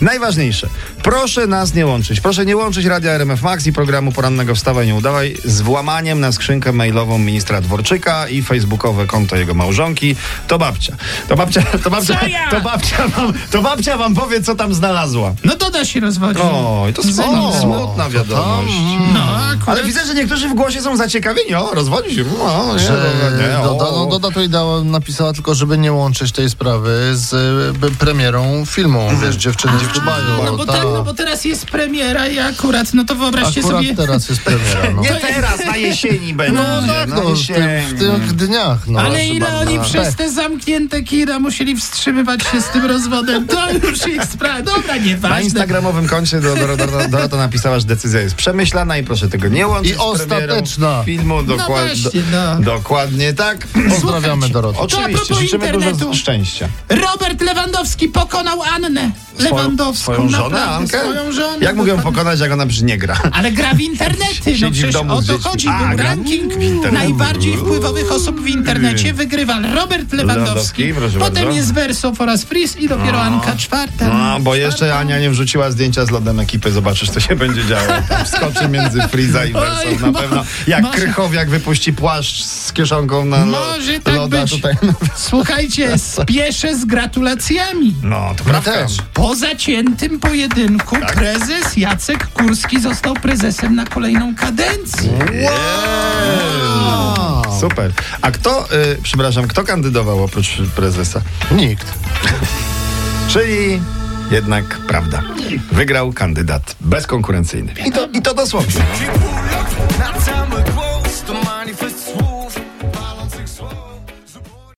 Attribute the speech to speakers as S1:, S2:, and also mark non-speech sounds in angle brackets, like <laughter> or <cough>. S1: Najważniejsze, proszę nas nie łączyć. Proszę nie łączyć Radia RMF Max i programu porannego Wstawaj Nie Udawaj z włamaniem na skrzynkę mailową ministra Dworczyka i facebookowe konto jego małżonki. To babcia. To babcia, to babcia,
S2: Co ja?
S1: to babcia, wam, to babcia wam powie, co tam znalazła.
S2: No Doda się rozwodzi.
S1: Oj, to smutna,
S2: Zenitem.
S1: smutna wiadomość.
S2: No, akurat.
S1: Ale widzę, że niektórzy w głosie są zaciekawieni. O, rozwodzi się. O, nie,
S3: Że
S1: dobra, nie, o.
S3: Doda, no Doda to dała, napisała tylko, żeby nie łączyć tej sprawy z y, b- premierą filmu, wiesz, dziewczyny w Dubaju.
S2: No bo
S3: ta-
S2: tak, no bo teraz jest premiera i akurat, no to wyobraźcie
S3: Akurat
S2: sobie.
S3: teraz jest premiera,
S1: <laughs>
S3: no.
S1: Nie teraz, na jesieni będzie.
S3: No tak,
S1: na
S3: no, w,
S1: jesieni.
S3: tym, w tych dniach, no.
S2: Ale
S3: chyba,
S2: ile
S1: Tak.
S2: oni
S3: no.
S2: przez te zamknięte kina musieli wstrzymywać się z tym rozwodem, to już ich sprawa. Dobra,
S1: Na
S2: nieważne.
S1: instagramowym koncie do- do- do- do- Dorota napisała, że decyzja jest przemyślana i proszę tego nie łączyć
S3: I
S1: z premierą
S3: ostateczna.
S1: filmu. Dokład,
S2: właśnie, no.
S1: Dokładnie tak.
S3: Pozdrawiamy Dorotę.
S1: Oczywiście,
S2: propos
S1: życzymy dużo
S2: internetu.
S1: szczęścia.
S2: Robert Lewandowski pokonał Annę Lewandowską.
S1: swoją żonę,
S2: naprawdę,
S1: Ankę?
S2: Swoją żonę.
S1: Jak mogę ją
S2: dokładnie.
S1: pokonać, jak ona przecież nie gra?
S2: Ale gra w internety, no
S1: Siedzi w
S2: przecież
S1: domu
S2: o
S1: z
S2: to
S1: dziećmi.
S2: chodzi.
S1: A,
S2: Był
S1: gra-
S2: ranking
S1: w internecie.
S2: najbardziej wpływowych osób w internecie. Wygrywa Robert Lewandowski,
S1: Lewandowski, proszę
S2: potem
S1: bardzo.
S2: jest Wersow oraz Fris i dopiero Anka czwarta.
S1: No, bo jeszcze
S2: Czwarta.
S1: Ania nie wrzuciła zdjęcia z lodem ekipy. Zobaczysz, co się będzie działo. Tam Wskoczy między Friza i Wersą
S2: Oj,
S1: na
S2: ma-
S1: pewno. Jak
S2: może-
S1: Krychowiak wypuści płaszcz z kieszonką na lo-
S2: Może tak
S1: loda
S2: być.
S1: tutaj.
S2: Słuchajcie, spieszę z gratulacjami.
S1: No, to prawda.
S3: też.
S2: Po zaciętym pojedynku
S1: Tak.
S2: prezes Jacek Kurski został prezesem na kolejną kadencję.
S1: Super. A kto, y, przepraszam, kto kandydował oprócz prezesa?
S3: Nikt.
S1: Czyli jednak prawda. Wygrał kandydat bezkonkurencyjny. I to, i to dosłownie.
S4: She pull up, not time with close. The money for swoop.